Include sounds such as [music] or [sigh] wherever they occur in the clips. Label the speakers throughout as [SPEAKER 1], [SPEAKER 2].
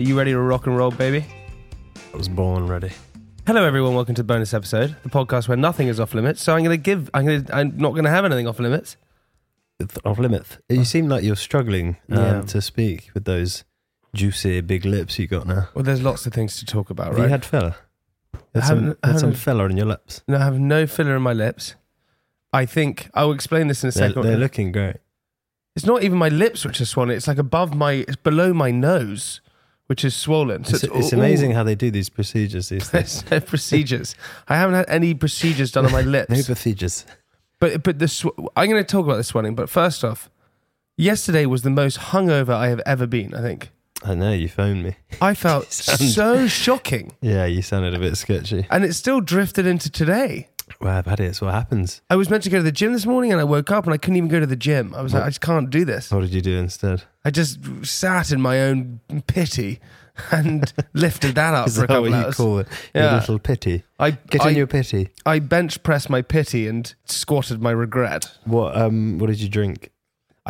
[SPEAKER 1] Are you ready to rock and roll, baby?
[SPEAKER 2] I was born ready.
[SPEAKER 1] Hello, everyone. Welcome to the bonus episode, the podcast where nothing is off limits. So I'm going to give. I'm going. To, I'm not going to have anything off limits.
[SPEAKER 2] It's off limit. You seem like you're struggling um,
[SPEAKER 1] Uh. Yeah.
[SPEAKER 2] to speak with those juicy big lips you got now.
[SPEAKER 1] Well, there's lots of things to talk about,
[SPEAKER 2] Have
[SPEAKER 1] right?
[SPEAKER 2] you had fella? Had some,
[SPEAKER 1] haven't- I
[SPEAKER 2] had some
[SPEAKER 1] haven't-
[SPEAKER 2] fella on your lips.
[SPEAKER 1] no, I have no filler in my lips. I think I will explain this in a
[SPEAKER 2] They're,
[SPEAKER 1] 2nd
[SPEAKER 2] they're looking great.
[SPEAKER 1] it's not even my lips which are swollen. It's like above my. It's below my nose, which is swollen. So
[SPEAKER 2] It's,
[SPEAKER 1] it's,
[SPEAKER 2] it's
[SPEAKER 1] all-
[SPEAKER 2] amazing
[SPEAKER 1] [laughs]
[SPEAKER 2] how they do these procedures these days.
[SPEAKER 1] all- procedures. I haven't had any procedures done on
[SPEAKER 2] [laughs]
[SPEAKER 1] my lips.
[SPEAKER 2] No procedures.
[SPEAKER 1] But but the sw- I'm going to talk about the swelling. But first off, yesterday was the most hungover I have ever been. I think
[SPEAKER 2] I know, you phoned me.
[SPEAKER 1] I
[SPEAKER 2] [laughs]
[SPEAKER 1] felt
[SPEAKER 2] Sound-
[SPEAKER 1] so shocking,
[SPEAKER 2] Yeah, you sounded a bit sketchy.
[SPEAKER 1] and it still drifted into today.
[SPEAKER 2] Well, I've had it. It's what happens.
[SPEAKER 1] I was meant to go to the gym this morning, and I woke up and I couldn't even go to the gym. I was like, I just can't do this.
[SPEAKER 2] What did you do instead?
[SPEAKER 1] I just sat in my own pity and [laughs] lifted that up
[SPEAKER 2] [laughs] Is
[SPEAKER 1] for a
[SPEAKER 2] that what
[SPEAKER 1] couple
[SPEAKER 2] you
[SPEAKER 1] hours.
[SPEAKER 2] call it?
[SPEAKER 1] Yeah.
[SPEAKER 2] Your little pity.
[SPEAKER 1] I
[SPEAKER 2] Get
[SPEAKER 1] I,
[SPEAKER 2] on your pity.
[SPEAKER 1] I bench pressed my pity and squatted my regret.
[SPEAKER 2] What um? What did you drink?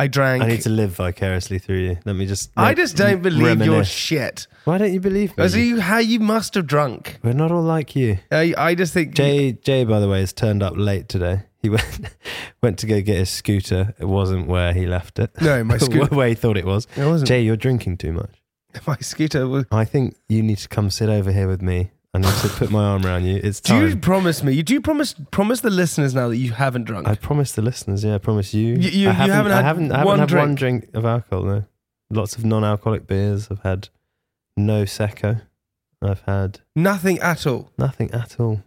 [SPEAKER 1] I drank.
[SPEAKER 2] I need to live vicariously through you. Let me just.
[SPEAKER 1] I
[SPEAKER 2] like,
[SPEAKER 1] just don't believe your
[SPEAKER 2] reminisce.
[SPEAKER 1] shit.
[SPEAKER 2] Why don't you believe me?
[SPEAKER 1] As you, how you must have drunk.
[SPEAKER 2] We're not all like you.
[SPEAKER 1] I, I just think
[SPEAKER 2] Jay, Jay, by the way, has turned up late today. He went [laughs] went to go get his scooter. It wasn't where he left it.
[SPEAKER 1] No, my scoo-
[SPEAKER 2] [laughs] where he thought it was.
[SPEAKER 1] It wasn't.
[SPEAKER 2] Jay, you're drinking too much.
[SPEAKER 1] [laughs] my scooter was.
[SPEAKER 2] I think you need to come sit over here with me. I need to put my arm around you.
[SPEAKER 1] [laughs]
[SPEAKER 2] It's
[SPEAKER 1] Do you
[SPEAKER 2] time.
[SPEAKER 1] promise me? Do you promise promise the listeners now that you haven't drunk?
[SPEAKER 2] I promise the listeners. Yeah, I promise you.
[SPEAKER 1] You- you-
[SPEAKER 2] I
[SPEAKER 1] you
[SPEAKER 2] haven't,
[SPEAKER 1] haven't
[SPEAKER 2] I
[SPEAKER 1] had
[SPEAKER 2] haven't, I haven't
[SPEAKER 1] one
[SPEAKER 2] had one drink of alcohol. No, lots of non-alcoholic beers. I've had no secco. I've had
[SPEAKER 1] Nothing at all.
[SPEAKER 2] nothing at all.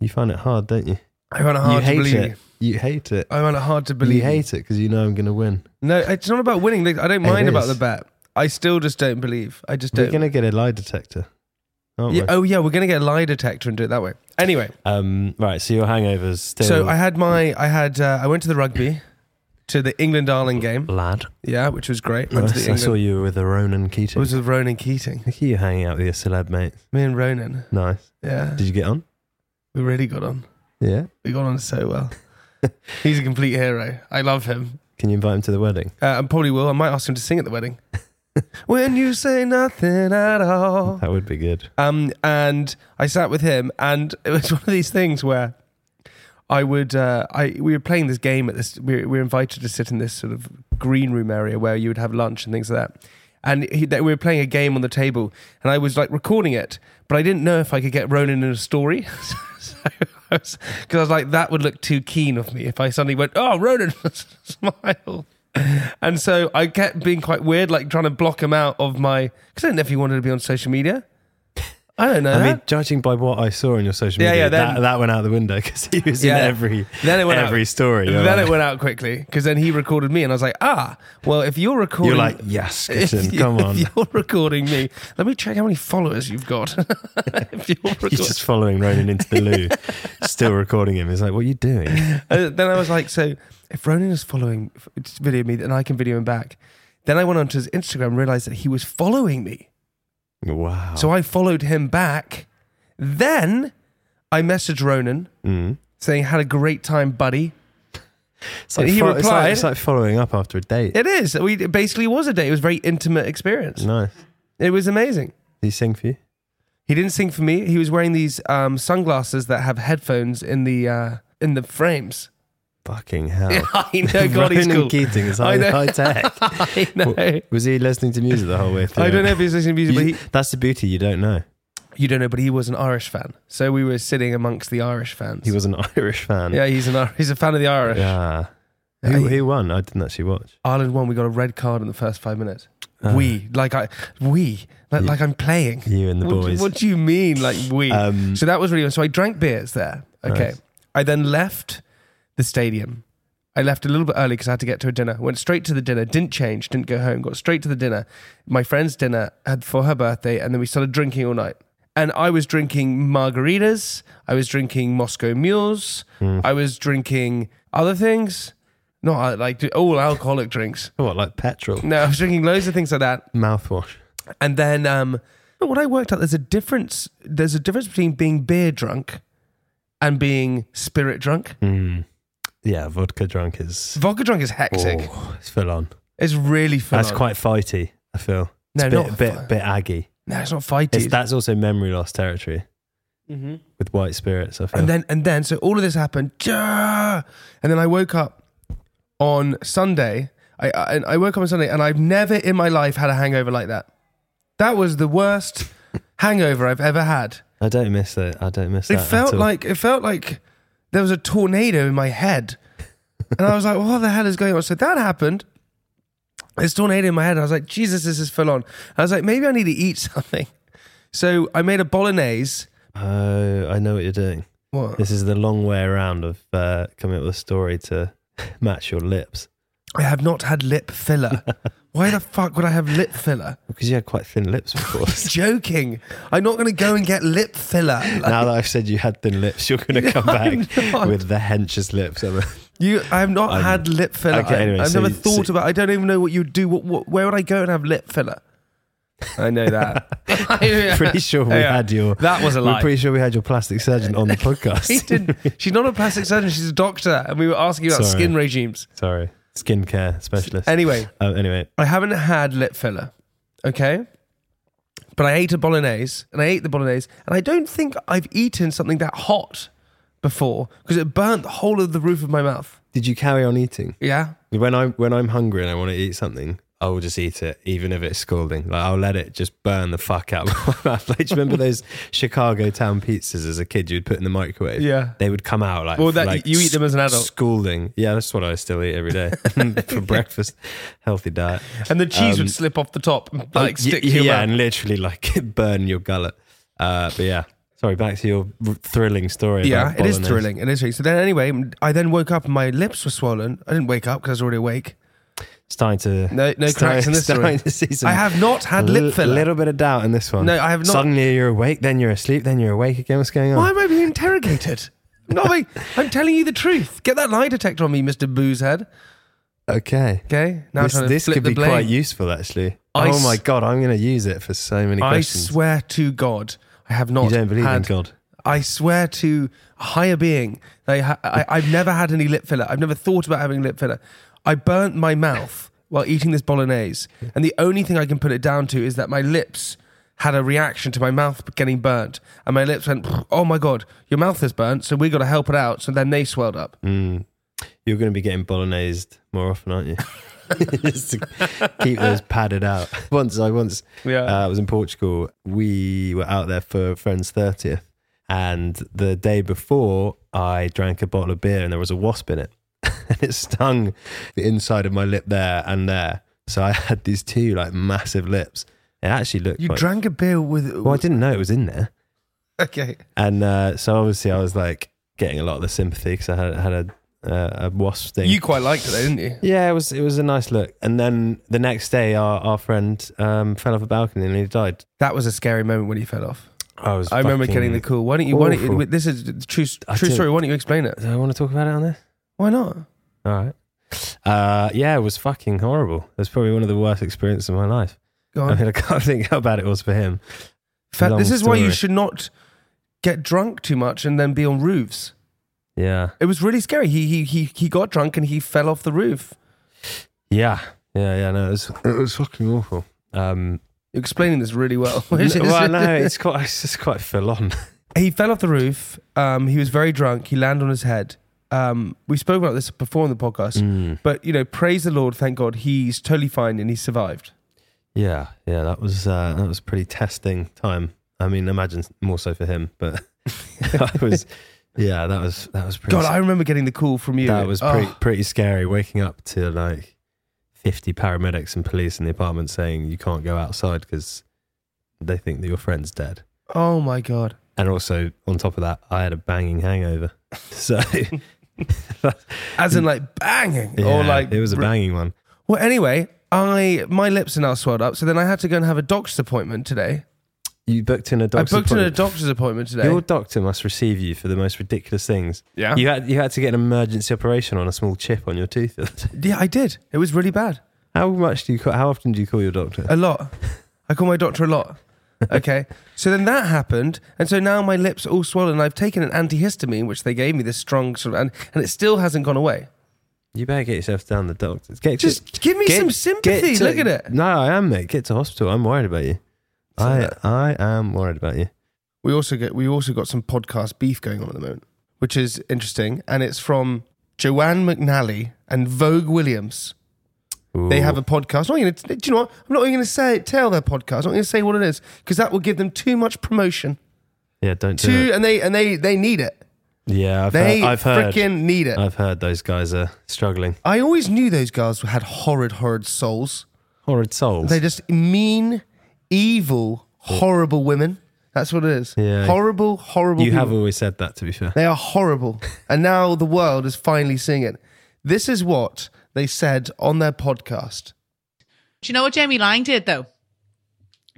[SPEAKER 2] You find it hard, don't you?
[SPEAKER 1] I found it hard
[SPEAKER 2] you hate
[SPEAKER 1] to believe.
[SPEAKER 2] it. You hate it.
[SPEAKER 1] I found it hard to
[SPEAKER 2] But you
[SPEAKER 1] believe.
[SPEAKER 2] hate it because you know I'm going to win.
[SPEAKER 1] No, it's not about winning. Like, I don't
[SPEAKER 2] It
[SPEAKER 1] mind about
[SPEAKER 2] is.
[SPEAKER 1] the bet. I still just don't believe. I just
[SPEAKER 2] We're
[SPEAKER 1] don't.
[SPEAKER 2] going to get a lie detector, aren't
[SPEAKER 1] Yeah,
[SPEAKER 2] we?
[SPEAKER 1] oh yeah, we're gonna get a lie detector and do it that way. Anyway,
[SPEAKER 2] Um, right, so your hangovers still.
[SPEAKER 1] so I had my, I had, uh, I went to the rugby, to the England Ireland game.
[SPEAKER 2] lad.
[SPEAKER 1] Yeah, which was great. Went
[SPEAKER 2] I,
[SPEAKER 1] to the
[SPEAKER 2] I saw
[SPEAKER 1] England.
[SPEAKER 2] you were with a Ronan
[SPEAKER 1] It
[SPEAKER 2] Keating.
[SPEAKER 1] was with Ronan Keating.
[SPEAKER 2] Look at you hanging out with your celeb mate.
[SPEAKER 1] Me and Ronan.
[SPEAKER 2] Nice.
[SPEAKER 1] Yeah,
[SPEAKER 2] Did you get on?
[SPEAKER 1] we really got on.
[SPEAKER 2] Yeah.
[SPEAKER 1] We got on so
[SPEAKER 2] [laughs]
[SPEAKER 1] well. He's a complete hero. I love him.
[SPEAKER 2] Can you invite him to the wedding?
[SPEAKER 1] Uh, I probably will. I might ask him to sing at the wedding. [laughs] when you say nothing at all.
[SPEAKER 2] That would be good.
[SPEAKER 1] Um, and I sat with him, and it was [laughs] one of these things where I would, uh, I we were playing this game at this. We were, we were invited to sit in this sort of green room area where you would have lunch and things like that. And he, that we were playing a game on the table, and I was like recording it, but I didn't know if I could get Ronan in a story. [laughs] so I was, because I was like, that would look too keen of me if I suddenly went, "Oh, Ronan, [laughs] smile." And so I kept being quite weird, like trying to block him out of my. Because I didn't know if he wanted to be on social media. I don't know.
[SPEAKER 2] I
[SPEAKER 1] that.
[SPEAKER 2] mean, judging by what I saw on your social
[SPEAKER 1] Uh-huh. Yeah,
[SPEAKER 2] media,
[SPEAKER 1] yeah, then-
[SPEAKER 2] that, that went out the window [laughs] because he was
[SPEAKER 1] Yeah.
[SPEAKER 2] in every
[SPEAKER 1] Then it went
[SPEAKER 2] every
[SPEAKER 1] out.
[SPEAKER 2] story. You're
[SPEAKER 1] then
[SPEAKER 2] like-
[SPEAKER 1] it went out quickly because then he recorded me, and I was like, ah, well, if you're recording,
[SPEAKER 2] You're like, yes, Kitchen,
[SPEAKER 1] [laughs] if,
[SPEAKER 2] come on.
[SPEAKER 1] If you're recording me, let me check how many followers you've got. [laughs]
[SPEAKER 2] [laughs]
[SPEAKER 1] if you're [laughs] recording,
[SPEAKER 2] He's just following Ronan into
[SPEAKER 1] [laughs]
[SPEAKER 2] the loo, still recording him. He's like, what are you doing?
[SPEAKER 1] Uh, then I was like, so if Ronan is following, f- just video me, then I can video him back. Then I went onto his Instagram, realized that he was following me,
[SPEAKER 2] Wow.
[SPEAKER 1] so I followed him back. Then I messaged Ronan
[SPEAKER 2] Mm.
[SPEAKER 1] saying, "Had a great time, buddy."
[SPEAKER 2] It's like,
[SPEAKER 1] And he
[SPEAKER 2] fo- it's like-
[SPEAKER 1] replied-
[SPEAKER 2] it's like following up after a date.
[SPEAKER 1] It is. We it basically was a date. It was a very intimate experience.
[SPEAKER 2] Nice.
[SPEAKER 1] It was amazing.
[SPEAKER 2] Did he sing for you?
[SPEAKER 1] He didn't sing for me. He was wearing these um, sunglasses that have headphones in the uh, in the frames.
[SPEAKER 2] Fucking hell.
[SPEAKER 1] [laughs] I know, God, he's
[SPEAKER 2] Oh. [laughs] Ronan
[SPEAKER 1] cool.
[SPEAKER 2] Keating is
[SPEAKER 1] I
[SPEAKER 2] high,
[SPEAKER 1] know.
[SPEAKER 2] high tech.
[SPEAKER 1] [laughs] I know.
[SPEAKER 2] W- Was he listening to music the whole way through?
[SPEAKER 1] I don't know if he's listening to music,
[SPEAKER 2] You-
[SPEAKER 1] but he,
[SPEAKER 2] that's the beauty. You don't know.
[SPEAKER 1] you don't know. But he was an Irish fan, so we were sitting amongst the Irish fans.
[SPEAKER 2] He was an [laughs] Irish fan.
[SPEAKER 1] Yeah, he's an Ir- he's a fan of the Irish.
[SPEAKER 2] Yeah.
[SPEAKER 1] Yeah,
[SPEAKER 2] Who,
[SPEAKER 1] he-
[SPEAKER 2] who won? I didn't actually watch.
[SPEAKER 1] Ireland won. We got a red card in the first five minutes.
[SPEAKER 2] Ah.
[SPEAKER 1] we like I we like,
[SPEAKER 2] You-
[SPEAKER 1] like I'm playing.
[SPEAKER 2] You and the
[SPEAKER 1] what, do-
[SPEAKER 2] boys.
[SPEAKER 1] What do you mean, like we?
[SPEAKER 2] Um,
[SPEAKER 1] so that was really. So I drank beers there. Okay.
[SPEAKER 2] Nice.
[SPEAKER 1] I then left the stadium. I left a little bit early because I had to get to a dinner. Went straight to the dinner, didn't change, didn't go home, got straight to the dinner. My friend's dinner had for her birthday, and then we started drinking all night. And I was drinking margaritas, I was drinking Moscow mules, I was drinking other things, not uh, like all alcoholic drinks.
[SPEAKER 2] What, like petrol?
[SPEAKER 1] No, I was drinking loads of things like that.
[SPEAKER 2] Mouthwash.
[SPEAKER 1] And then um, but what I worked out there's a difference. There's a difference between being beer drunk and being spirit drunk.
[SPEAKER 2] Hmm. Yeah, vodka drunk is.
[SPEAKER 1] Vodka drunk is hectic.
[SPEAKER 2] Oh, it's full on.
[SPEAKER 1] It's really fun.
[SPEAKER 2] That's quite fighty, I feel. It's
[SPEAKER 1] No,
[SPEAKER 2] a bit,
[SPEAKER 1] not
[SPEAKER 2] bit,
[SPEAKER 1] fi-
[SPEAKER 2] bit aggy.
[SPEAKER 1] No, it's not
[SPEAKER 2] It's,
[SPEAKER 1] fighty.
[SPEAKER 2] that's also memory loss territory with white spirits, I
[SPEAKER 1] Mm-hmm.
[SPEAKER 2] feel.
[SPEAKER 1] and then and then so all of this happened. Yeah! And then I woke up on Sunday. I, I and I woke up on Sunday and I've never in my life had a hangover like that. That was the worst [laughs] hangover I've ever had.
[SPEAKER 2] I don't miss that. I don't miss
[SPEAKER 1] It
[SPEAKER 2] that. at
[SPEAKER 1] felt
[SPEAKER 2] all.
[SPEAKER 1] like it felt like there was a tornado in my head, and I was like, "What the hell is going on?" So that happened. This tornado in my head. And I was like, "Jesus, this is full on." I was like, "Maybe I need to eat [laughs] something." So I made a bolognese.
[SPEAKER 2] Oh, I know what you're doing.
[SPEAKER 1] What?
[SPEAKER 2] This is the long way around of uh, coming up with a story to [laughs] match your lips.
[SPEAKER 1] I have not had lip filler. Why the fuck would I have lip filler?
[SPEAKER 2] Because you had quite thin lips
[SPEAKER 1] [laughs]
[SPEAKER 2] before.
[SPEAKER 1] Joking. I'm not going to go and get lip filler. Like,
[SPEAKER 2] now that I've said you had thin lips,
[SPEAKER 1] [laughs]
[SPEAKER 2] you're going to come
[SPEAKER 1] I'm
[SPEAKER 2] back
[SPEAKER 1] not.
[SPEAKER 2] with the henchest lips. haven't you?
[SPEAKER 1] you, I have not
[SPEAKER 2] I'm-
[SPEAKER 1] had lip filler.
[SPEAKER 2] Okay,
[SPEAKER 1] I,
[SPEAKER 2] anyway,
[SPEAKER 1] have
[SPEAKER 2] so
[SPEAKER 1] never
[SPEAKER 2] you-
[SPEAKER 1] thought
[SPEAKER 2] so-
[SPEAKER 1] about. I don't even know what you would do. What, what? Where would I go and have lip
[SPEAKER 2] [laughs]
[SPEAKER 1] filler? I know that.
[SPEAKER 2] pretty sure
[SPEAKER 1] [laughs]
[SPEAKER 2] we
[SPEAKER 1] Yeah.
[SPEAKER 2] had your.
[SPEAKER 1] That was a
[SPEAKER 2] We're
[SPEAKER 1] lie. [laughs]
[SPEAKER 2] pretty sure we had your plastic surgeon on the podcast.
[SPEAKER 1] She didn't. She's not a plastic surgeon. She's a doctor, and we were asking about
[SPEAKER 2] Sorry.
[SPEAKER 1] skin regimes.
[SPEAKER 2] [laughs] Sorry, skincare specialist.
[SPEAKER 1] Anyway,
[SPEAKER 2] Um, anyway,
[SPEAKER 1] I haven't had lip filler, okay? But I ate a bolognese, and I ate the bolognese, and I don't think I've eaten something that hot before because it burnt the whole of the roof of my mouth.
[SPEAKER 2] did you carry on eating?
[SPEAKER 1] Yeah.
[SPEAKER 2] When I when I'm hungry and I want to eat something, I will just eat it, even if it's scalding. Like I'll let it just burn the fuck out of my [laughs] mouth. Like, do you remember those Chicago town pizzas as a kid you'd put in the microwave?
[SPEAKER 1] Yeah.
[SPEAKER 2] they would come out like.
[SPEAKER 1] Well, that-
[SPEAKER 2] like
[SPEAKER 1] you eat them as an adult.
[SPEAKER 2] Scalding. Yeah, that's what I still eat
[SPEAKER 1] [laughs]
[SPEAKER 2] every day [laughs] for breakfast. Healthy diet.
[SPEAKER 1] And the cheese
[SPEAKER 2] Um, oh,
[SPEAKER 1] would slip off the top and like
[SPEAKER 2] Y-
[SPEAKER 1] stick
[SPEAKER 2] y-
[SPEAKER 1] to your
[SPEAKER 2] yeah,
[SPEAKER 1] mouth.
[SPEAKER 2] and literally like [laughs] burn your gullet. Uh, but yeah, sorry. Back to your r- thrilling story.
[SPEAKER 1] Yeah,
[SPEAKER 2] about
[SPEAKER 1] it is
[SPEAKER 2] bolognese.
[SPEAKER 1] thrilling. It is thrilling. So then, anyway, I then woke up and my lips were swollen. I didn't wake up because I was already awake.
[SPEAKER 2] Starting to
[SPEAKER 1] No- no cracks in this
[SPEAKER 2] [laughs]
[SPEAKER 1] story.
[SPEAKER 2] starting to see some-
[SPEAKER 1] I have not had
[SPEAKER 2] a
[SPEAKER 1] lip
[SPEAKER 2] little-
[SPEAKER 1] filler.
[SPEAKER 2] little bit of doubt in this one.
[SPEAKER 1] No, I have not-
[SPEAKER 2] Suddenly you're awake, then you're asleep, then you're awake again. What's going on?
[SPEAKER 1] Why am I being interrogated? [laughs] I'm, not being- I'm telling you the truth. Get that lie detector on me, Mister Boozehead.
[SPEAKER 2] Okay.
[SPEAKER 1] Okay, now
[SPEAKER 2] This,
[SPEAKER 1] trying to
[SPEAKER 2] this
[SPEAKER 1] flip
[SPEAKER 2] could
[SPEAKER 1] the
[SPEAKER 2] be
[SPEAKER 1] blame.
[SPEAKER 2] quite useful, actually.
[SPEAKER 1] I
[SPEAKER 2] oh my
[SPEAKER 1] s-
[SPEAKER 2] god, I'm going to use it for so many
[SPEAKER 1] I
[SPEAKER 2] questions.
[SPEAKER 1] swear to God, I have not.
[SPEAKER 2] you don't believe in
[SPEAKER 1] had-
[SPEAKER 2] God?
[SPEAKER 1] I swear to a higher being. They ha- I, I've never had any lip filler. I've never thought about having lip filler. I burnt my mouth while eating this bolognese, and the only thing I can put it down to is that my lips had a reaction to my mouth getting burnt, and my lips went, "Oh my God, your mouth is burnt, so we got to help it out." So then they swelled up.
[SPEAKER 2] Mm, You're going to be getting bolognaised more often, aren't you? [laughs] Just to keep those padded out. Once I once
[SPEAKER 1] Yeah.
[SPEAKER 2] uh, was in Portugal, we were out there for a friend's thirtieth, and the day before, I drank a bottle of beer and there was a wasp in it, [laughs] and it stung the inside of my lip there and there. So I had these two like massive lips. It actually looked.
[SPEAKER 1] You
[SPEAKER 2] quite,
[SPEAKER 1] drank a beer with
[SPEAKER 2] Well, I didn't know it was in there.
[SPEAKER 1] okay.
[SPEAKER 2] And uh, so obviously I was like getting a lot of the sympathy because I had, had a, uh, a wasp sting.
[SPEAKER 1] You quite liked it, though, didn't you?
[SPEAKER 2] Yeah, it was it was a nice look. And then the next day, our our friend um, fell off a balcony and he died.
[SPEAKER 1] That was a scary moment when you fell off.
[SPEAKER 2] I was.
[SPEAKER 1] I remember getting the call. Why don't you? Why don't you
[SPEAKER 2] awful.
[SPEAKER 1] this is the true
[SPEAKER 2] I
[SPEAKER 1] true
[SPEAKER 2] did.
[SPEAKER 1] story. Why don't you explain it?
[SPEAKER 2] Do I want to talk about it on this?
[SPEAKER 1] Why not?
[SPEAKER 2] All right. Uh, yeah, it was fucking horrible. It was probably one of the worst experiences of my life.
[SPEAKER 1] Go
[SPEAKER 2] I
[SPEAKER 1] on.
[SPEAKER 2] mean, I can't [laughs] think how bad it was for him.
[SPEAKER 1] Fa-
[SPEAKER 2] long
[SPEAKER 1] this is why you
[SPEAKER 2] story.
[SPEAKER 1] should not get drunk too much and then be on roofs.
[SPEAKER 2] Yeah,
[SPEAKER 1] It was really scary. He he he he got drunk and he fell off the roof.
[SPEAKER 2] yeah, yeah, yeah. No, it was it was fucking awful. Um,
[SPEAKER 1] You're explaining this really well. [laughs]
[SPEAKER 2] n- well, no, it's quite it's just quite full [laughs] on.
[SPEAKER 1] he fell off the roof. Um, he was very drunk. He landed on his head. Um, we spoke about this before on the podcast,
[SPEAKER 2] Mm. Hmm.
[SPEAKER 1] but you know, praise the Lord, thank God, he's totally fine and he survived.
[SPEAKER 2] Yeah, yeah, that was uh, that was a pretty testing time. I mean, imagine more so for him, but [laughs] I was, yeah, that was that was pretty.
[SPEAKER 1] God, I remember getting the call from you.
[SPEAKER 2] that was pretty,
[SPEAKER 1] Oh,
[SPEAKER 2] pretty scary. Waking up to like fifty paramedics and police in the apartment saying you can't go outside because they think that your friend's dead.
[SPEAKER 1] oh my God. [laughs]
[SPEAKER 2] And also on top of that, I had a banging hangover, [laughs] so
[SPEAKER 1] As in like banging or
[SPEAKER 2] Yeah,
[SPEAKER 1] like
[SPEAKER 2] it was a banging one.
[SPEAKER 1] Well, anyway, I my lips are now swelled up, so then I had to go and have a doctor's appointintment today.
[SPEAKER 2] You booked in a doctor's
[SPEAKER 1] I booked in a
[SPEAKER 2] appointment.
[SPEAKER 1] doctor's appointment today.
[SPEAKER 2] Your doctor must receive you for the most ridiculous things.
[SPEAKER 1] Yeah.
[SPEAKER 2] You had you had to get an emergency operation on a small chip on your tooth. the other day.
[SPEAKER 1] yeah, I did. It was really bad.
[SPEAKER 2] [laughs] how much do you call, how often do you call your doctor?
[SPEAKER 1] A lot. I call my doctor a lot.
[SPEAKER 2] [laughs]
[SPEAKER 1] Okay. so then that happened, and so now my lips are all swollen. and I've taken an antihistamine, which they gave me this strong sort of, and, and it still hasn't gone away.
[SPEAKER 2] You better get yourself down the doctors. Get
[SPEAKER 1] Just give me some sympathy.
[SPEAKER 2] to-
[SPEAKER 1] Look at it.
[SPEAKER 2] No, I am, mate. Get to hospital. I'm worried about you. I
[SPEAKER 1] uh,
[SPEAKER 2] I am worried about you.
[SPEAKER 1] We also get we also got some podcast beef going on at the moment, which is interesting, and it's from Joanne McNally and Vogue Williams. They
[SPEAKER 2] Ooh.
[SPEAKER 1] have a podcast. I'm not gonna, do you know what? I'm not even going to say tell their podcast. I'm not going to say what it is because that will give them too much promotion.
[SPEAKER 2] yeah. Don't do
[SPEAKER 1] Too
[SPEAKER 2] it.
[SPEAKER 1] and they and they they need it.
[SPEAKER 2] Yeah, I've
[SPEAKER 1] They
[SPEAKER 2] heard. I've heard.
[SPEAKER 1] freaking need it.
[SPEAKER 2] I've heard those guys are struggling.
[SPEAKER 1] I always knew those girls had horrid, horrid souls.
[SPEAKER 2] Horrid souls.
[SPEAKER 1] They're just mean, evil, horrible women. That's what it is.
[SPEAKER 2] Yeah.
[SPEAKER 1] Horrible, horrible.
[SPEAKER 2] you
[SPEAKER 1] people.
[SPEAKER 2] have always said that. To be fair.
[SPEAKER 1] They are
[SPEAKER 2] [laughs]
[SPEAKER 1] horrible. and now the world is finally seeing it. This is what they said on their podcast.
[SPEAKER 3] Do you know what Jamie Lang did though?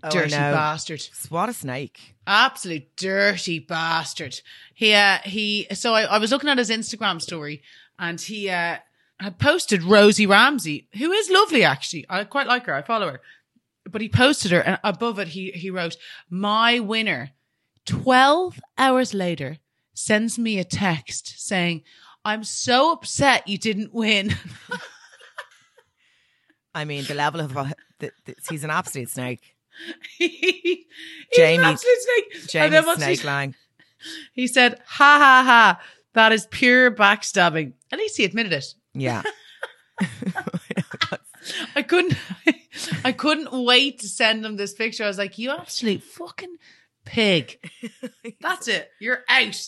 [SPEAKER 4] Oh,
[SPEAKER 3] dirty
[SPEAKER 4] I know.
[SPEAKER 3] bastard.
[SPEAKER 4] What a snake.
[SPEAKER 3] Absolute dirty bastard. He uh, he so I, I was looking at his Instagram story and he uh had posted Rosie Ramsey, who is lovely actually. I quite like her, I follow her. But he posted her and above it he he wrote, My winner, twelve hours later, sends me a text saying, I'm so upset you didn't win. [laughs]
[SPEAKER 4] I mean, the level of uh, the, the, he's an absolute snake.
[SPEAKER 3] Jamie,
[SPEAKER 4] Jamie-
[SPEAKER 3] snake. And
[SPEAKER 4] Jamie
[SPEAKER 3] then once he-
[SPEAKER 4] Snake Lang.
[SPEAKER 3] He said, ha ha ha, that is pure backstabbing. At least he admitted it.
[SPEAKER 4] Yeah.
[SPEAKER 3] I couldn't [laughs] I couldn't wait to send him this picture. I was like, you absolute fucking [laughs] pig. That's it. You're out.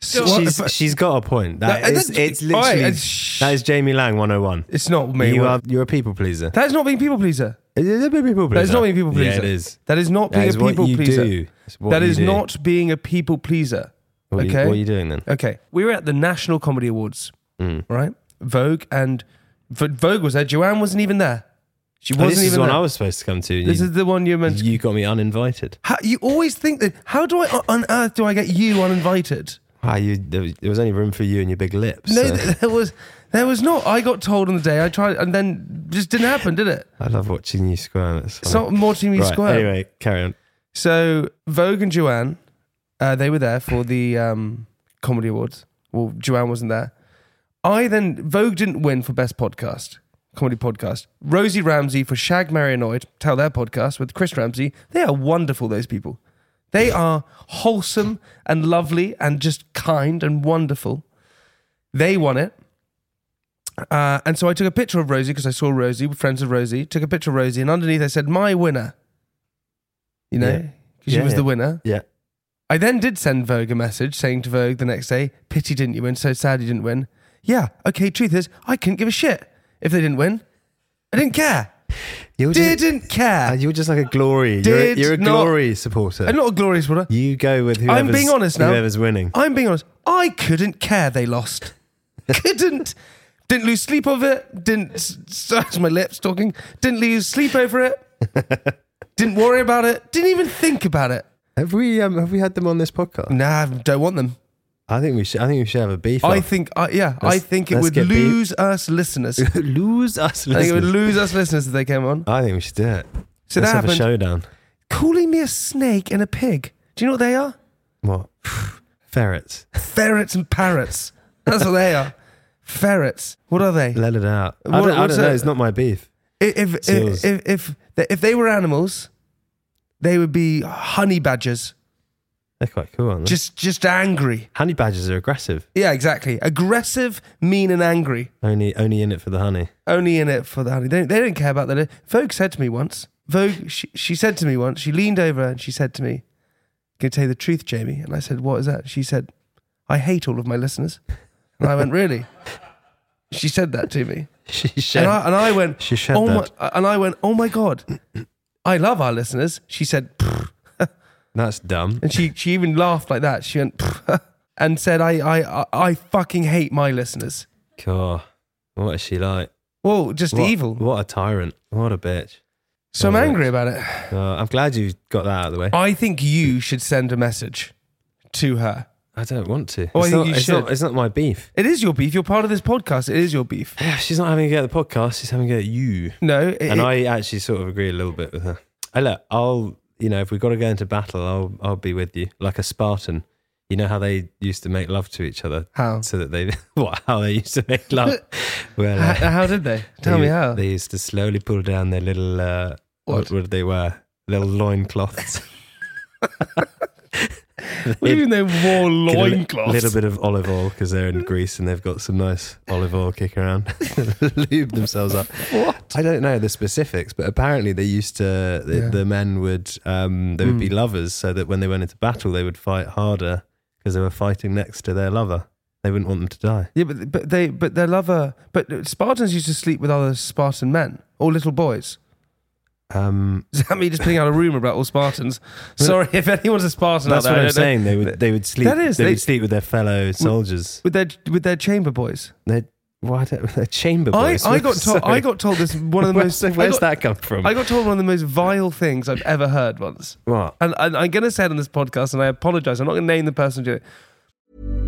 [SPEAKER 2] So
[SPEAKER 1] What
[SPEAKER 2] she's,
[SPEAKER 1] about-
[SPEAKER 2] she's got a point. That
[SPEAKER 1] That-
[SPEAKER 2] is,
[SPEAKER 1] that's-
[SPEAKER 2] it's
[SPEAKER 1] all right,
[SPEAKER 2] literally
[SPEAKER 1] it's-
[SPEAKER 2] that is Jamie Lang 101.
[SPEAKER 1] It's not me.
[SPEAKER 2] you
[SPEAKER 1] What-
[SPEAKER 2] are you're a people pleaser.
[SPEAKER 1] that is not being people pleaser.
[SPEAKER 2] It is a bit people pleaser.
[SPEAKER 1] That is not being people pleaser.
[SPEAKER 2] Yeah, it is.
[SPEAKER 1] That is not
[SPEAKER 2] That
[SPEAKER 1] being
[SPEAKER 2] is
[SPEAKER 1] a
[SPEAKER 2] what
[SPEAKER 1] people
[SPEAKER 2] you
[SPEAKER 1] pleaser.
[SPEAKER 2] do. It's what
[SPEAKER 1] That
[SPEAKER 2] you
[SPEAKER 1] is
[SPEAKER 2] do.
[SPEAKER 1] not being a people pleaser.
[SPEAKER 2] What,
[SPEAKER 1] okay.
[SPEAKER 2] you, what are you doing then?
[SPEAKER 1] Okay. We were at the National Comedy Awards,
[SPEAKER 2] Mm.
[SPEAKER 1] right? Vogue and V- Vogue was there. Joanne wasn't even there. She
[SPEAKER 2] Oh,
[SPEAKER 1] wasn't
[SPEAKER 2] this
[SPEAKER 1] even
[SPEAKER 2] is the one
[SPEAKER 1] there.
[SPEAKER 2] I was supposed to come to. and
[SPEAKER 1] this
[SPEAKER 2] you,
[SPEAKER 1] is the one you meant.
[SPEAKER 2] you got me uninvited.
[SPEAKER 1] how, you always think that. How do I on earth do I get you uninvited?
[SPEAKER 2] Ah, you, there, was, there was only room for you and your big lips.
[SPEAKER 1] No,
[SPEAKER 2] [laughs] so-
[SPEAKER 1] th- there was there was not. I got told on the day. I tried, and then just didn't happen, did it?
[SPEAKER 2] [laughs] I love watching you squirm. It's,
[SPEAKER 1] It's
[SPEAKER 2] funny.
[SPEAKER 1] not more to me
[SPEAKER 2] right,
[SPEAKER 1] square.
[SPEAKER 2] Anyway, carry on.
[SPEAKER 1] So Vogue and Joanne, uh, they were there for the um, comedy awards. Well, Joanne wasn't there. I then Vogue didn't win for best podcast, comedy podcast. Rosie Ramsey for Shag Mary Annoyed, tell their podcast with Chris Ramsey. They are wonderful. Those people, they are wholesome and lovely and just kind and wonderful. They won it. Uh, and so I took a picture of Rosie because I saw Rosie, we're friends of Rosie. Took a picture of Rosie, and underneath I said, "My winner." You know,
[SPEAKER 2] Yeah.
[SPEAKER 1] 'cause she
[SPEAKER 2] Yeah,
[SPEAKER 1] was the
[SPEAKER 2] yeah.
[SPEAKER 1] winner.
[SPEAKER 2] Yeah.
[SPEAKER 1] I then did send Vogue a message saying to Vogue the next day, "Pity didn't you win? So sad you didn't win." Yeah. Okay. Truth is, I couldn't give a shit if they didn't win. I didn't care.
[SPEAKER 2] You're just,
[SPEAKER 1] Didn't
[SPEAKER 2] uh,
[SPEAKER 1] care.
[SPEAKER 2] you're just like a glory. You're, a-
[SPEAKER 1] Did
[SPEAKER 2] you're a
[SPEAKER 1] not-
[SPEAKER 2] glory supporter.
[SPEAKER 1] I'm not a glorious winner.
[SPEAKER 2] you go with whoever's,
[SPEAKER 1] I'm being honest now.
[SPEAKER 2] whoever's winning.
[SPEAKER 1] I'm being honest. I couldn't care they
[SPEAKER 2] [laughs]
[SPEAKER 1] lost. couldn't. Didn't lose sleep over it. Didn't. s- That's my lips talking. Didn't lose sleep over it.
[SPEAKER 2] [laughs]
[SPEAKER 1] didn't worry about it. Didn't even think about it.
[SPEAKER 2] Have we um, have we had them on this podcast?
[SPEAKER 1] Nah, don't want them.
[SPEAKER 2] I think we should. I think we should have a beef.
[SPEAKER 1] I
[SPEAKER 2] off.
[SPEAKER 1] think. I yeah. I
[SPEAKER 2] Let's-
[SPEAKER 1] think it
[SPEAKER 2] let's
[SPEAKER 1] would
[SPEAKER 2] get beat.
[SPEAKER 1] lose us
[SPEAKER 2] [laughs]
[SPEAKER 1] listeners. I
[SPEAKER 2] lose us.
[SPEAKER 1] think it would [laughs]
[SPEAKER 2] listeners.
[SPEAKER 1] lose us listeners if they came on.
[SPEAKER 2] I think we should do it.
[SPEAKER 1] So
[SPEAKER 2] Let's
[SPEAKER 1] that
[SPEAKER 2] have a
[SPEAKER 1] happened.
[SPEAKER 2] showdown.
[SPEAKER 1] Calling me a snake and a pig. Do you know what they are?
[SPEAKER 2] What? [sighs] Ferrets.
[SPEAKER 1] Ferrets and parrots. That's what they are. Ferrets. What are they?
[SPEAKER 2] Let it out. I
[SPEAKER 1] What-
[SPEAKER 2] don't, I
[SPEAKER 1] what's
[SPEAKER 2] don't know.
[SPEAKER 1] that?
[SPEAKER 2] It's not my beef.
[SPEAKER 1] if if if,
[SPEAKER 2] Seals.
[SPEAKER 1] if, if, they, if they were animals, they would be honey badgers,
[SPEAKER 2] Mm-hmm. They're quite cool, aren't they?
[SPEAKER 1] just just angry.
[SPEAKER 2] honey badgers are aggressive.
[SPEAKER 1] Yeah, exactly. Aggressive, mean, and angry.
[SPEAKER 2] Only, only in it for the honey. [laughs]
[SPEAKER 1] Only in it for the honey. They, they don't care about that. Vogue said to me once. Vogue, she, she said to me once. She leaned over and she said to me, "Can I tell you the truth, Jamie?" And I said, "What is that?" She said, "I hate all of my listeners." And I went, "Really?" She said that to me.
[SPEAKER 2] She shed.
[SPEAKER 1] and I, and I went,
[SPEAKER 2] She shed
[SPEAKER 1] oh my,
[SPEAKER 2] that.
[SPEAKER 1] and I went, oh my god, I love our listeners. She said, "Pfft."
[SPEAKER 2] That's dumb.
[SPEAKER 1] and she she even laughed like that. She went, [laughs] "Pfft." and said, I, I, I, I fucking hate my listeners.
[SPEAKER 2] God, what is she like?
[SPEAKER 1] Whoa, just
[SPEAKER 2] What-
[SPEAKER 1] evil.
[SPEAKER 2] What a tyrant. What a bitch.
[SPEAKER 1] So I'm
[SPEAKER 2] Oh,
[SPEAKER 1] angry about it.
[SPEAKER 2] Uh, I'm glad you got that out of the way.
[SPEAKER 1] I think you should send a message to her.
[SPEAKER 2] I don't want to.
[SPEAKER 1] Oh, I
[SPEAKER 2] it's,
[SPEAKER 1] think
[SPEAKER 2] not,
[SPEAKER 1] you
[SPEAKER 2] it's, not,
[SPEAKER 1] should.
[SPEAKER 2] it's not my beef. [sighs]
[SPEAKER 1] It is your beef. You're part of this podcast. It is your beef.
[SPEAKER 2] She's not having a go at the podcast. She's having a go at you.
[SPEAKER 1] No, it,
[SPEAKER 2] and I actually sort of agree a little bit with her. I look, I'll you know if we've got to go into battle, I'll I'll be with you like a Spartan. You know how they used to make love to each other,
[SPEAKER 1] How?
[SPEAKER 2] so that they [laughs] what how they used to make
[SPEAKER 1] [laughs]
[SPEAKER 2] love. well, uh,
[SPEAKER 1] how, how did
[SPEAKER 2] [laughs]
[SPEAKER 1] they? Tell
[SPEAKER 2] they,
[SPEAKER 1] me how. [laughs]
[SPEAKER 2] they used to slowly pull down their little uh, what?
[SPEAKER 1] What?
[SPEAKER 2] what did they wear? Little loincloths.
[SPEAKER 1] what do you mean they wore
[SPEAKER 2] Get a li-
[SPEAKER 1] loincloths?
[SPEAKER 2] little bit of olive oil because they're in Greece and they've got some nice olive oil kick around. [laughs] Lube themselves up. What? I don't know the specifics, but apparently they used to, the,
[SPEAKER 1] Yeah. Hmm.
[SPEAKER 2] the men would, um, they would be lovers so that when they went into battle, they would fight harder because they were fighting next to their lover. They wouldn't want them to die.
[SPEAKER 1] Yeah, but but they but their lover. But Spartans used to sleep with other Spartan men or little boys.
[SPEAKER 2] Um,
[SPEAKER 1] [laughs] Is that me just putting out a rumor about all Spartans? Sorry, [laughs] if anyone's a Spartan,
[SPEAKER 2] that's
[SPEAKER 1] out there, I
[SPEAKER 2] what I'm
[SPEAKER 1] don't know.
[SPEAKER 2] saying. They would, they would sleep.
[SPEAKER 1] That is,
[SPEAKER 2] they,
[SPEAKER 1] they-
[SPEAKER 2] would sleep with their fellow soldiers.
[SPEAKER 1] With their with their chamber boys.
[SPEAKER 2] They're, why don't, they're chamber
[SPEAKER 1] I,
[SPEAKER 2] boys.
[SPEAKER 1] I got told
[SPEAKER 2] [laughs] Sorry.
[SPEAKER 1] I got told this one of the
[SPEAKER 2] Where's-
[SPEAKER 1] most. I
[SPEAKER 2] where's
[SPEAKER 1] got-
[SPEAKER 2] that come from?
[SPEAKER 1] I got told one of the most vile things I've ever heard once.
[SPEAKER 2] what?
[SPEAKER 1] And, and I'm going to say it on this podcast, and I apologize. I'm not going to name the person who did it.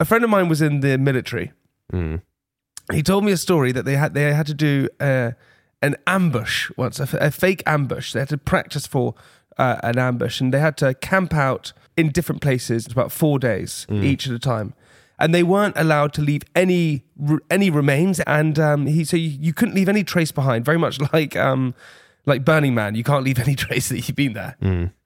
[SPEAKER 1] a friend of mine was in the military. He told me a story that they had they had to do uh, an ambush once, a, f- a fake ambush. They had to practice for uh, an ambush, and they had to camp out in different places about four days each at a time. And they weren't allowed to leave any r- any remains, and um, he so you, you couldn't leave any trace behind. Very much [laughs] like um, like Burning Man, you can't leave any [laughs] trace that you've been there.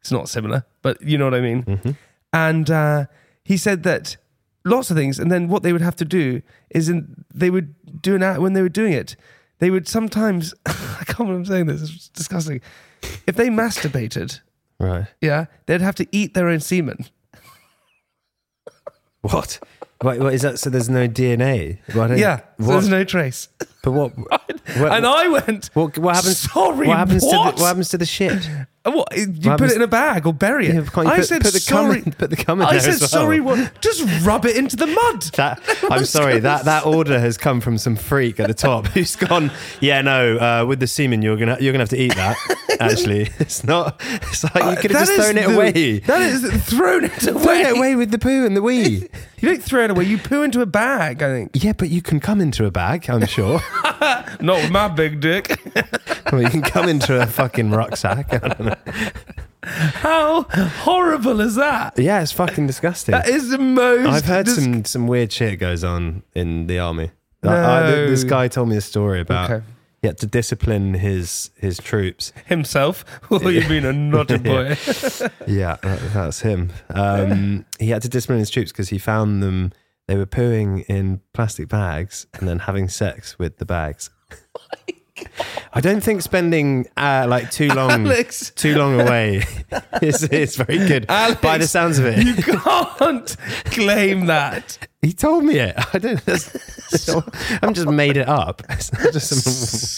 [SPEAKER 1] It's not similar, but you know what I mean. And uh, he said that lots of things. And then what they would have to do is in, they would do an act when they were doing it. They would sometimes, [laughs] I can't believe I'm saying this, it's disgusting. If they masturbated,
[SPEAKER 2] Right.
[SPEAKER 1] yeah, they'd have to eat their own semen.
[SPEAKER 2] What? Wait, what is that? So there's no DNA? Why don't-
[SPEAKER 1] Yeah, so
[SPEAKER 2] What?
[SPEAKER 1] there's no trace.
[SPEAKER 2] but what?
[SPEAKER 1] [laughs]
[SPEAKER 2] what
[SPEAKER 1] and I went,
[SPEAKER 2] What, what happens?
[SPEAKER 1] Sorry,
[SPEAKER 2] what happens
[SPEAKER 1] what?
[SPEAKER 2] to the, what happens to the shit?
[SPEAKER 1] What, you put
[SPEAKER 2] happens-
[SPEAKER 1] it in a bag or bury it.
[SPEAKER 2] Yeah, can't you
[SPEAKER 1] I
[SPEAKER 2] put-
[SPEAKER 1] said
[SPEAKER 2] put the cum
[SPEAKER 1] sorry.
[SPEAKER 2] in- put the cum in
[SPEAKER 1] I
[SPEAKER 2] there
[SPEAKER 1] said
[SPEAKER 2] as well?"
[SPEAKER 1] sorry. What? Just rub it into the mud. [laughs]
[SPEAKER 2] That I'm sorry that that order has come from some freak at the top [laughs] who's gone. Yeah, no. Uh, with the semen, you're gonna you're gonna have to
[SPEAKER 1] [laughs]
[SPEAKER 2] eat that. Actually, it's not. It's like you could
[SPEAKER 1] Uh, That
[SPEAKER 2] have just
[SPEAKER 1] is
[SPEAKER 2] thrown it
[SPEAKER 1] the-
[SPEAKER 2] away.
[SPEAKER 1] That is thrown it away.
[SPEAKER 2] Throw it away with the poo and
[SPEAKER 1] [laughs]
[SPEAKER 2] the wee.
[SPEAKER 1] You don't throw it away. You poo into a bag. I think.
[SPEAKER 2] yeah, but you can come into a bag.
[SPEAKER 1] [laughs]
[SPEAKER 2] I'm sure.
[SPEAKER 1] Not with my big dick.
[SPEAKER 2] or you can come into a fucking rucksack. I don't know.
[SPEAKER 1] [laughs] How horrible is that?
[SPEAKER 2] Yeah, it's fucking disgusting.
[SPEAKER 1] That is the most.
[SPEAKER 2] I've heard
[SPEAKER 1] dis-
[SPEAKER 2] some some weird shit goes on in the army. I- I-
[SPEAKER 1] No.
[SPEAKER 2] this guy told me a story about
[SPEAKER 1] Okay.
[SPEAKER 2] he had to discipline his his troops.
[SPEAKER 1] himself. [laughs] Oh, you've been a
[SPEAKER 2] [laughs]
[SPEAKER 1] naughty boy.
[SPEAKER 2] Yeah, [laughs] that, that's him. Um, he had to discipline his troops because he found them they were pooing in plastic bags and then having sex with
[SPEAKER 1] [laughs]
[SPEAKER 2] the bags. I don't think spending uh,
[SPEAKER 1] [laughs]
[SPEAKER 2] like too long,
[SPEAKER 1] Alex.
[SPEAKER 2] too long away [laughs] is, is very good.
[SPEAKER 1] Alex,
[SPEAKER 2] by the sounds of
[SPEAKER 1] [laughs]
[SPEAKER 2] it,
[SPEAKER 1] You can't claim that.
[SPEAKER 2] He told me it. [laughs] I didn't. That's, so, I'm just made it up. [laughs] It's not just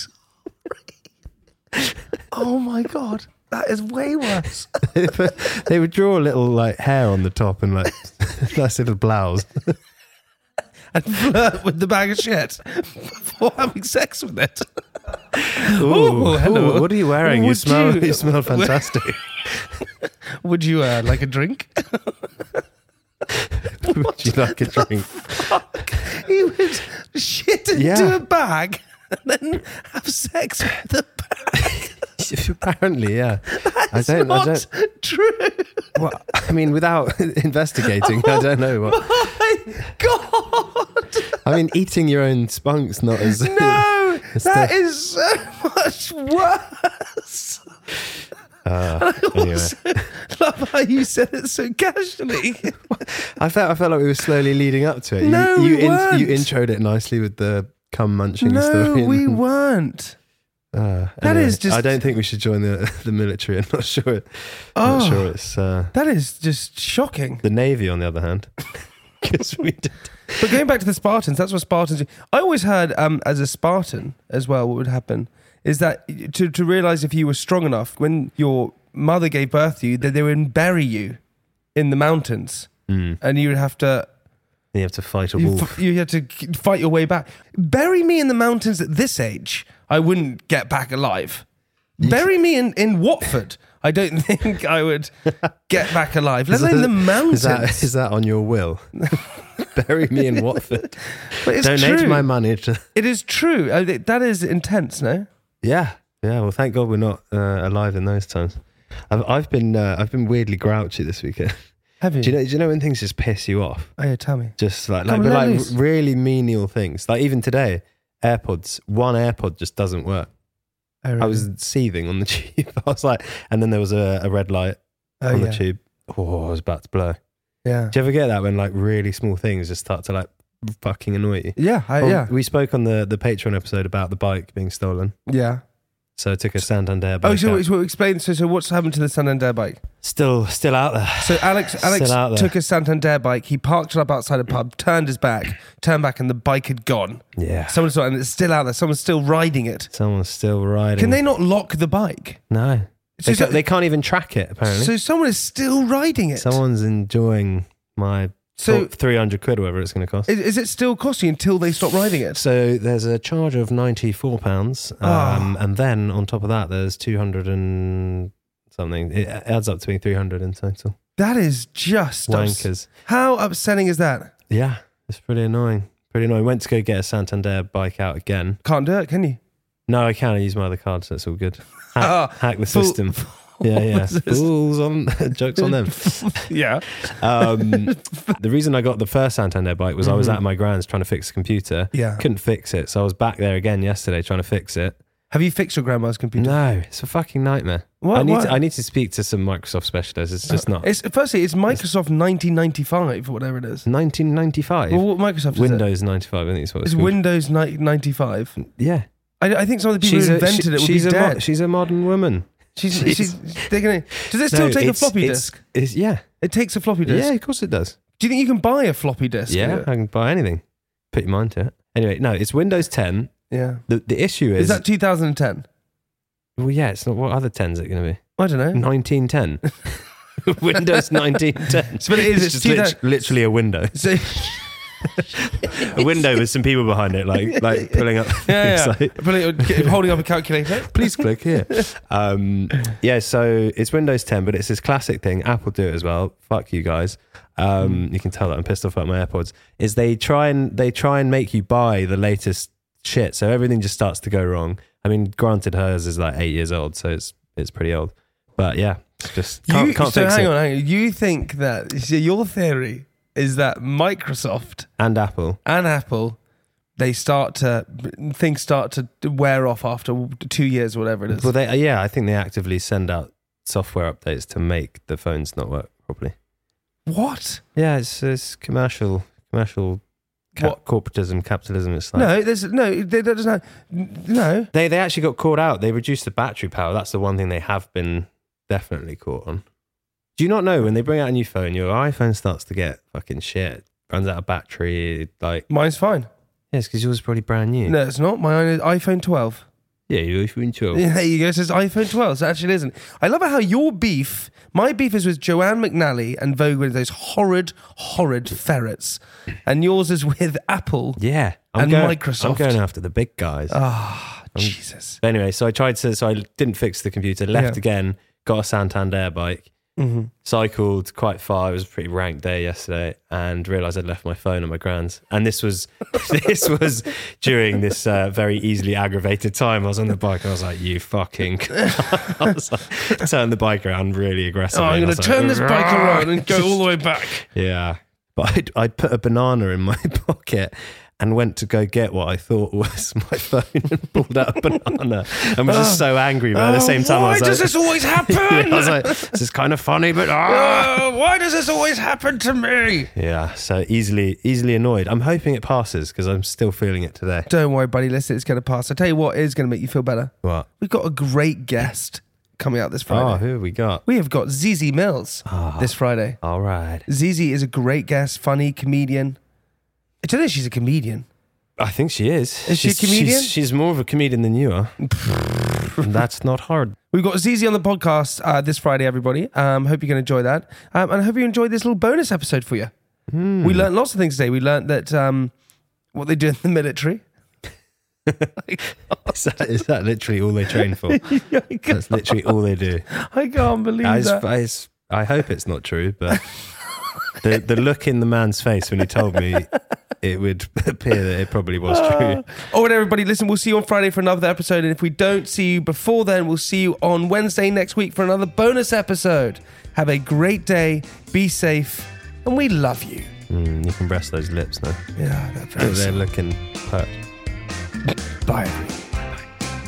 [SPEAKER 2] some- [laughs]
[SPEAKER 1] Oh my god, that is way worse. [laughs]
[SPEAKER 2] they would draw a little like hair on the top and like [laughs] nice little blouse.
[SPEAKER 1] And flirt with the bag of shit before having sex with it.
[SPEAKER 2] Ooh,
[SPEAKER 1] Ooh, hello.
[SPEAKER 2] ooh, what are you wearing? you
[SPEAKER 1] Would
[SPEAKER 2] smell. You,
[SPEAKER 1] you-
[SPEAKER 2] smell [laughs] fantastic.
[SPEAKER 1] Would you uh, like a drink? [laughs]
[SPEAKER 2] would you like a drink? [laughs]
[SPEAKER 1] he would shit into
[SPEAKER 2] Yeah.
[SPEAKER 1] a bag and then have sex with the bag. [laughs]
[SPEAKER 2] Apparently, yeah. I
[SPEAKER 1] That's
[SPEAKER 2] don't. I
[SPEAKER 1] not
[SPEAKER 2] don't.
[SPEAKER 1] true.
[SPEAKER 2] Well, I mean, without [laughs] investigating, I don't know what.
[SPEAKER 1] My
[SPEAKER 2] [laughs]
[SPEAKER 1] God.
[SPEAKER 2] I mean, eating your own spunk's not as
[SPEAKER 1] No,
[SPEAKER 2] It's
[SPEAKER 1] that
[SPEAKER 2] the-
[SPEAKER 1] is so much worse.
[SPEAKER 2] Uh, [laughs] anyway.
[SPEAKER 1] [laughs] Love how you said it so
[SPEAKER 2] [laughs]
[SPEAKER 1] casually.
[SPEAKER 2] I felt I felt like we were slowly leading up to it. You-
[SPEAKER 1] No,
[SPEAKER 2] you,
[SPEAKER 1] we weren't.
[SPEAKER 2] you introed it nicely with the cum munching
[SPEAKER 1] no,
[SPEAKER 2] story.
[SPEAKER 1] we weren't.
[SPEAKER 2] Uh,
[SPEAKER 1] That is just-
[SPEAKER 2] I don't think we should join the [laughs] the military. I'm not sure. It,
[SPEAKER 1] Oh.
[SPEAKER 2] Not sure it's uh,
[SPEAKER 1] That is just shocking.
[SPEAKER 2] the navy. On the other hand, [laughs] because we did.
[SPEAKER 1] But going back to the Spartans, that's what Spartans. do. I always heard, um, as a Spartan as well, what would happen is that to to realize if you were strong enough when your mother gave birth to you, that they would bury you in the mountains,
[SPEAKER 2] Hmm.
[SPEAKER 1] and you would have to
[SPEAKER 2] You have to fight a
[SPEAKER 1] you,
[SPEAKER 2] wolf.
[SPEAKER 1] f- you had to k- fight your way back. Bury me in the mountains at this age, I wouldn't get back alive. Bury me in, in Watford. I don't [laughs] think I would get back alive. Let
[SPEAKER 2] Is that-
[SPEAKER 1] alone the mountains.
[SPEAKER 2] [laughs] Is that, is that on
[SPEAKER 1] [laughs]
[SPEAKER 2] your will? Bury me in Watford.
[SPEAKER 1] But [laughs] it's
[SPEAKER 2] Donate
[SPEAKER 1] true.
[SPEAKER 2] my money to.
[SPEAKER 1] It is true. Uh, th- That is intense, no?
[SPEAKER 2] Yeah, yeah. Well, thank God we're not uh, alive in those times. I've, I've been uh, I've been weirdly grouchy this weekend.
[SPEAKER 1] Have you?
[SPEAKER 2] Do you know? Do you know when things just piss you off?
[SPEAKER 1] Oh, yeah, tell me.
[SPEAKER 2] Just like like,
[SPEAKER 1] Come
[SPEAKER 2] but
[SPEAKER 1] on, let
[SPEAKER 2] like
[SPEAKER 1] loose.
[SPEAKER 2] really menial things. Like even today, AirPods. One AirPod just doesn't work.
[SPEAKER 1] Oh, really?
[SPEAKER 2] I was seething on the [laughs] tube. I was like, and then there was a, a red light
[SPEAKER 1] Oh,
[SPEAKER 2] on
[SPEAKER 1] yeah.
[SPEAKER 2] the tube. Oh, I was about to blow.
[SPEAKER 1] Yeah.
[SPEAKER 2] Do you ever get that when like really small things just start to like fucking annoy you?
[SPEAKER 1] Yeah, I,
[SPEAKER 2] Well,
[SPEAKER 1] Uh, yeah.
[SPEAKER 2] We spoke on the, the Patreon episode about the bike being stolen.
[SPEAKER 1] yeah.
[SPEAKER 2] So I took a Santander bike.
[SPEAKER 1] Oh, so,
[SPEAKER 2] out.
[SPEAKER 1] so explain. So, so what's happened to the Santander bike?
[SPEAKER 2] still still out there.
[SPEAKER 1] So Alex,
[SPEAKER 2] Still
[SPEAKER 1] Alex
[SPEAKER 2] out there.
[SPEAKER 1] took a Santander bike. He parked it up outside a pub, turned his back, turned back, and the bike had gone.
[SPEAKER 2] Yeah.
[SPEAKER 1] Someone saw it, and it's still out there. Someone's still riding it.
[SPEAKER 2] Someone's still riding.
[SPEAKER 1] Can they not lock the bike?
[SPEAKER 2] No.
[SPEAKER 1] So
[SPEAKER 2] they,
[SPEAKER 1] so-
[SPEAKER 2] ca- they can't even track it apparently.
[SPEAKER 1] So someone is still riding it.
[SPEAKER 2] Someone's enjoying my
[SPEAKER 1] So-
[SPEAKER 2] three hundred quid, whatever it's going to cost.
[SPEAKER 1] Is, is it still costing until they stop riding it?
[SPEAKER 2] so there's a charge of ninety four pounds,
[SPEAKER 1] Ah.
[SPEAKER 2] um, and then on top of that, there's two hundred and something. It adds up to being three hundred in total.
[SPEAKER 1] That is just ups-
[SPEAKER 2] Wankers.
[SPEAKER 1] How upsetting is that?
[SPEAKER 2] Yeah, it's pretty annoying. Pretty annoying. Went to go get a Santander bike out again.
[SPEAKER 1] Can't do it, can you?
[SPEAKER 2] No, I can. I use my other card, so it's all good. Hack,
[SPEAKER 1] [laughs] Ah,
[SPEAKER 2] hack the
[SPEAKER 1] fool- [laughs]
[SPEAKER 2] system. yeah, yeah.
[SPEAKER 1] the system.
[SPEAKER 2] Fools on [laughs] jokes on them.
[SPEAKER 1] [laughs] yeah.
[SPEAKER 2] Um,
[SPEAKER 1] [laughs]
[SPEAKER 2] the reason I got the first Santander bike was I was at my grand's trying to fix the computer.
[SPEAKER 1] Mm-hmm. Yeah.
[SPEAKER 2] couldn't fix it, so I was back there again yesterday trying to fix it.
[SPEAKER 1] Have you fixed your grandma's computer?
[SPEAKER 2] No, it's a fucking nightmare.
[SPEAKER 1] Why-
[SPEAKER 2] I need
[SPEAKER 1] why-
[SPEAKER 2] to, I need to speak to some Microsoft specialists. It's just not.
[SPEAKER 1] Uh, It's firstly, it's Microsoft 1995 or whatever it is.
[SPEAKER 2] 1995.
[SPEAKER 1] Well, what Microsoft is it?
[SPEAKER 2] Windows 95. I think it's what it's,
[SPEAKER 1] It's
[SPEAKER 2] called.
[SPEAKER 1] Windows ni- 95.
[SPEAKER 2] yeah.
[SPEAKER 1] I, I think some of the people who invented
[SPEAKER 2] she-
[SPEAKER 1] it would
[SPEAKER 2] she's
[SPEAKER 1] be
[SPEAKER 2] a mo-
[SPEAKER 1] dead.
[SPEAKER 2] she's a modern woman.
[SPEAKER 1] she's,
[SPEAKER 2] she's-
[SPEAKER 1] she's, they're gonna, does it still
[SPEAKER 2] No,
[SPEAKER 1] take a
[SPEAKER 2] it's-
[SPEAKER 1] floppy
[SPEAKER 2] it's-
[SPEAKER 1] disk?
[SPEAKER 2] it's- yeah.
[SPEAKER 1] It takes a floppy disk.
[SPEAKER 2] Yeah, of course it does.
[SPEAKER 1] Do you think you can buy a floppy disk?
[SPEAKER 2] Yeah, I can buy anything. Put your mind to it. Anyway, no, it's Windows 10.
[SPEAKER 1] Yeah.
[SPEAKER 2] The the issue is,
[SPEAKER 1] Is that 2010?
[SPEAKER 2] well, yeah, it's not. What other 10 is it going to be?
[SPEAKER 1] I don't know. [laughs]
[SPEAKER 2] 1910. [laughs] Windows 1910.
[SPEAKER 1] But it is,
[SPEAKER 2] It's
[SPEAKER 1] it's
[SPEAKER 2] just lit-
[SPEAKER 1] 2000
[SPEAKER 2] literally a window. [laughs]
[SPEAKER 1] So,
[SPEAKER 2] A window
[SPEAKER 1] [laughs]
[SPEAKER 2] with some people behind it, like like pulling up. [laughs]
[SPEAKER 1] yeah, yeah.
[SPEAKER 2] things like-
[SPEAKER 1] Probably get- holding up a calculator.
[SPEAKER 2] [laughs] Please click here. Um, yeah, so it's Windows 10, but it's this classic thing. Apple do it as well. Fuck you guys.
[SPEAKER 1] Mm.
[SPEAKER 2] Um, you can tell that I'm pissed off about my AirPods. Is they try and they try and make you buy the latest shit, so everything just starts to go wrong. I mean, granted, hers is like eight years old, so it's it's pretty old. But yeah, it's just can't,
[SPEAKER 1] you,
[SPEAKER 2] can't
[SPEAKER 1] so
[SPEAKER 2] fix
[SPEAKER 1] hang
[SPEAKER 2] it.
[SPEAKER 1] on, hang on. You think that so your theory is that Microsoft
[SPEAKER 2] And Apple,
[SPEAKER 1] and Apple, they start to things start to wear off after two years or whatever it is.
[SPEAKER 2] well, they yeah, I think they actively send out software updates to make the phones not work properly.
[SPEAKER 1] what?
[SPEAKER 2] Yeah, it's it's commercial commercial ca-
[SPEAKER 1] What?
[SPEAKER 2] corporatism capitalism. It's like
[SPEAKER 1] no, there's no. They, that doesn't. No.
[SPEAKER 2] They they actually got caught out. They reduced the battery power. That's the one thing they have been definitely caught on. Do you not know when they bring out a new phone, your iPhone starts to get fucking shit, runs out of battery. Like
[SPEAKER 1] Mine's fine.
[SPEAKER 2] yes, because yours is probably brand new.
[SPEAKER 1] No, it's not. My own iPhone 12.
[SPEAKER 2] Yeah, your iPhone 12.
[SPEAKER 1] Yeah, [laughs] there you go. It says iPhone 12. So it actually isn't. I love it how your beef, my beef is with Joanne McNally and Vogue with those horrid, horrid ferrets. And yours is with Apple.
[SPEAKER 2] Yeah,
[SPEAKER 1] And
[SPEAKER 2] going, I'm
[SPEAKER 1] Microsoft.
[SPEAKER 2] going after the big guys.
[SPEAKER 1] Oh, Jesus.
[SPEAKER 2] But anyway, so I tried to, so I didn't fix the computer, left
[SPEAKER 1] Yeah. Mm-hmm.
[SPEAKER 2] again, got a Santander bike, cycled quite far. It was a pretty rank day yesterday and realized I'd left my phone at my grand's. And this was, [laughs] this was during this uh, very easily aggravated time. I was on the bike and I was like, you fucking, [laughs] I was like, turn the bike around really aggressively.
[SPEAKER 1] Oh, I'm
[SPEAKER 2] and I
[SPEAKER 1] going
[SPEAKER 2] was
[SPEAKER 1] to
[SPEAKER 2] like,
[SPEAKER 1] turn this bike [laughs] around and go all the way back.
[SPEAKER 2] yeah. But I'd, I'd put a banana in my [laughs] pocket and went to go get what I thought was [laughs] my phone and pulled out a banana and was just so angry. But at the
[SPEAKER 1] Oh,
[SPEAKER 2] same time, I
[SPEAKER 1] why
[SPEAKER 2] was
[SPEAKER 1] does
[SPEAKER 2] like,
[SPEAKER 1] this
[SPEAKER 2] [laughs]
[SPEAKER 1] always happen?
[SPEAKER 2] Yeah, I was like, this is kind of funny, but ah.
[SPEAKER 1] Oh, why does this always happen to me?
[SPEAKER 2] yeah. So easily, easily annoyed. I'm hoping it passes because I'm still feeling it today.
[SPEAKER 1] Don't worry, buddy. Listen, it's going to pass. I tell you what is going to make you feel better.
[SPEAKER 2] What?
[SPEAKER 1] We've got a great guest coming out this
[SPEAKER 2] Oh,
[SPEAKER 1] Friday.
[SPEAKER 2] who have we got?
[SPEAKER 1] We have got Zizi Mills this Friday.
[SPEAKER 2] All right.
[SPEAKER 1] Zizi is a great guest, funny comedian. I don't think she's a comedian.
[SPEAKER 2] I think she is.
[SPEAKER 1] Is she a
[SPEAKER 2] She's-
[SPEAKER 1] comedian?
[SPEAKER 2] She's, she's more of a comedian than
[SPEAKER 1] [laughs]
[SPEAKER 2] you are. That's not hard. [laughs]
[SPEAKER 1] We've got Zizi on the podcast uh, this Friday, everybody. Um, hope you can enjoy that. Um, and I hope you enjoyed this little bonus episode for you.
[SPEAKER 2] Hmm.
[SPEAKER 1] We learned lots of things today. We learned that um, what they do in the
[SPEAKER 2] [laughs]
[SPEAKER 1] military. [laughs]
[SPEAKER 2] Is that, is that literally all they
[SPEAKER 1] [laughs]
[SPEAKER 2] train for?
[SPEAKER 1] I can't,
[SPEAKER 2] That's literally all they do.
[SPEAKER 1] I can't believe
[SPEAKER 2] I,
[SPEAKER 1] that.
[SPEAKER 2] I, I hope it's not true, but the, the look in the man's face when he told me it would [laughs] appear that it probably was
[SPEAKER 1] Ah.
[SPEAKER 2] true.
[SPEAKER 1] [laughs] All right, everybody, listen, we'll see you on Friday for another episode. And if we don't see you before then, we'll see you on Wednesday next week for another bonus episode. Have a great day, be safe, and we love you.
[SPEAKER 2] Mm, you can rest those lips now.
[SPEAKER 1] Yeah, that's very
[SPEAKER 2] They're looking hurt.
[SPEAKER 1] simple. Bye, everybody.